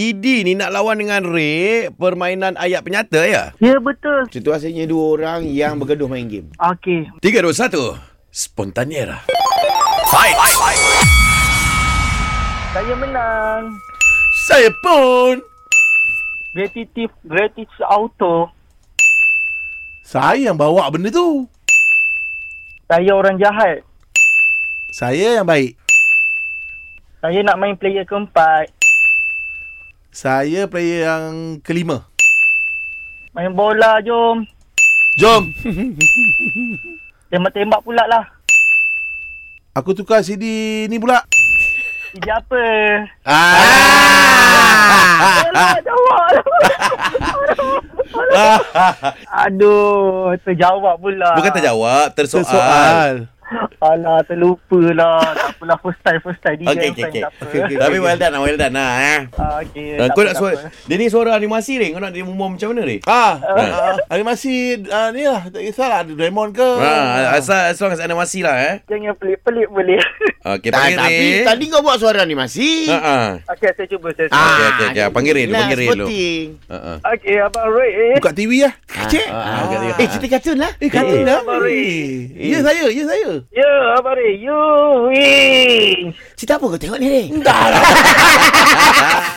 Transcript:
TD ni nak lawan dengan Ray permainan ayat penyata ya? Ya betul. Situasinya dua orang yang bergaduh main game. Okey. 3, 2, 1 Spontaniera Saya menang. Saya pun Gratitude Gratitude Auto. Saya yang bawa benda tu. Saya orang jahat. Saya yang baik. Saya nak main player keempat. Saya player yang kelima. Main bola jom. Jom. Tembak-tembak pula lah. Aku tukar CD ni pula. Ijab apa? ah. Alah, jawab lah. Aduh, terjawab pula. Bukan terjawab Tersoal, tersoal. Soal. Alah, terlupa lah. tak apalah, first time, first time. Dia Okey, okey, first time, okey. tak apa. Okey, okey. Tapi well done lah, Well done lah eh. Ah, okey, Uh, tak apa, kau nak tak suara apa. Dia ni suara animasi ni Kau nak dia umum macam mana ni? Ah, ah, ah, animasi ah, ni lah. Tak kisahlah. Ada Doraemon ke. Ha, asal as long as animasi lah eh. Jangan pelik-pelik boleh. Okey, Ta- panggil Ah, tapi Ray. tadi kau buat suara animasi. Ha ah. Okey, saya cuba, saya cuba. okey, okey, okey. Panggil Rin, Nah, panggil Rin dulu. seperti. Ha ah. Okey, Abang Ray. Buka TV lah. Cik. Ah, kat dia. Eh, cerita kartun lah. Eh, kata dah. Baru. Eh. Ya, saya. Ya, saya. Ya, Abang Ray. You win. Cerita apa kau tengok ni, Rin?